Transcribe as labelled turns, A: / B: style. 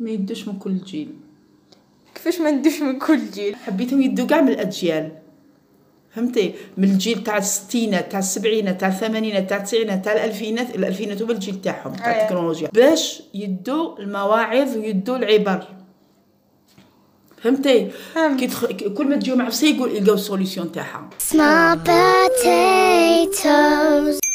A: ما يدوش من كل جيل
B: كيفاش ما ندوش من كل جيل
A: حبيتهم يدوا كاع من الاجيال فهمتي من الجيل تاع الستينات تاع السبعينات تاع الثمانينات تاع التسعينات تاع الالفينات الالفينات هو الجيل تاعهم تاع
B: أيه.
A: التكنولوجيا باش يدوا المواعظ ويدوا العبر فهمتي
B: فهمت.
A: كي تخ- كل ما تجيو مع يقول يلقاو السوليسيون تاعها
C: Small potatoes.